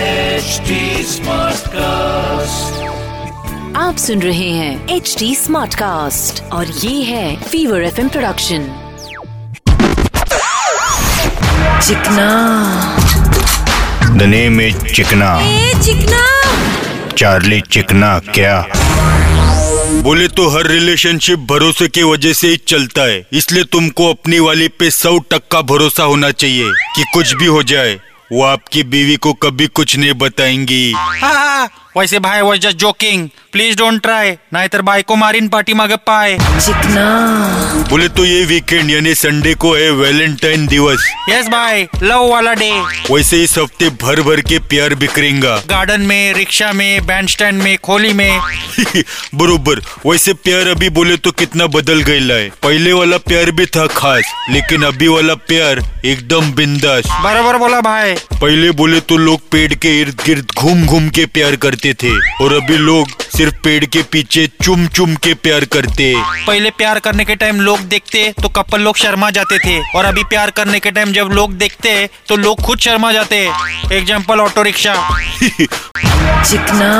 HD Smartcast. आप सुन रहे हैं एच डी स्मार्ट कास्ट और ये है फीवर एफ प्रोडक्शन चिकना द नेम इज चिकना चिकना चार्ली चिकना क्या बोले तो हर रिलेशनशिप भरोसे की वजह से ही चलता है इसलिए तुमको अपनी वाली पे सौ टक्का भरोसा होना चाहिए कि कुछ भी हो जाए वो आपकी बीवी को कभी कुछ नहीं बताएंगी हा, वैसे भाई was just joking please don't try नाहीतर बायको मारीन पाठी मागे पाय चिकना बोले तो ये वीकेंड यानी संडे को है वैलेंटाइन दिवस यस भाई लव वाला डे वैसे इस हफ्ते भर भर के प्यार बिखरेगा गार्डन में रिक्शा में बैंड स्टैंड में खोली में बरोबर वैसे प्यार अभी बोले तो कितना बदल गया है पहले वाला प्यार भी था खास लेकिन अभी वाला प्यार एकदम बिंदास बराबर बोला भाई पहले बोले तो लोग पेड़ के इर्द गिर्द घूम घूम के प्यार करते थे और अभी लोग सिर्फ पेड़ के पीछे चुम चुम के प्यार करते हैं। पहले प्यार करने के टाइम लोग देखते तो कपल लोग शर्मा जाते थे और अभी प्यार करने के टाइम जब लोग देखते तो लोग खुद शर्मा जाते एग्जाम्पल ऑटो रिक्शा चिकना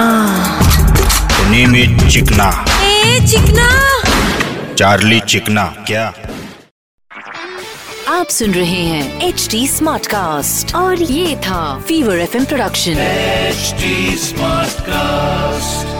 नेम इज चिकना ए चिकना चार्ली चिकना क्या आप सुन रहे हैं एच डी स्मार्ट कास्ट और ये था fever F production HD Smartcast.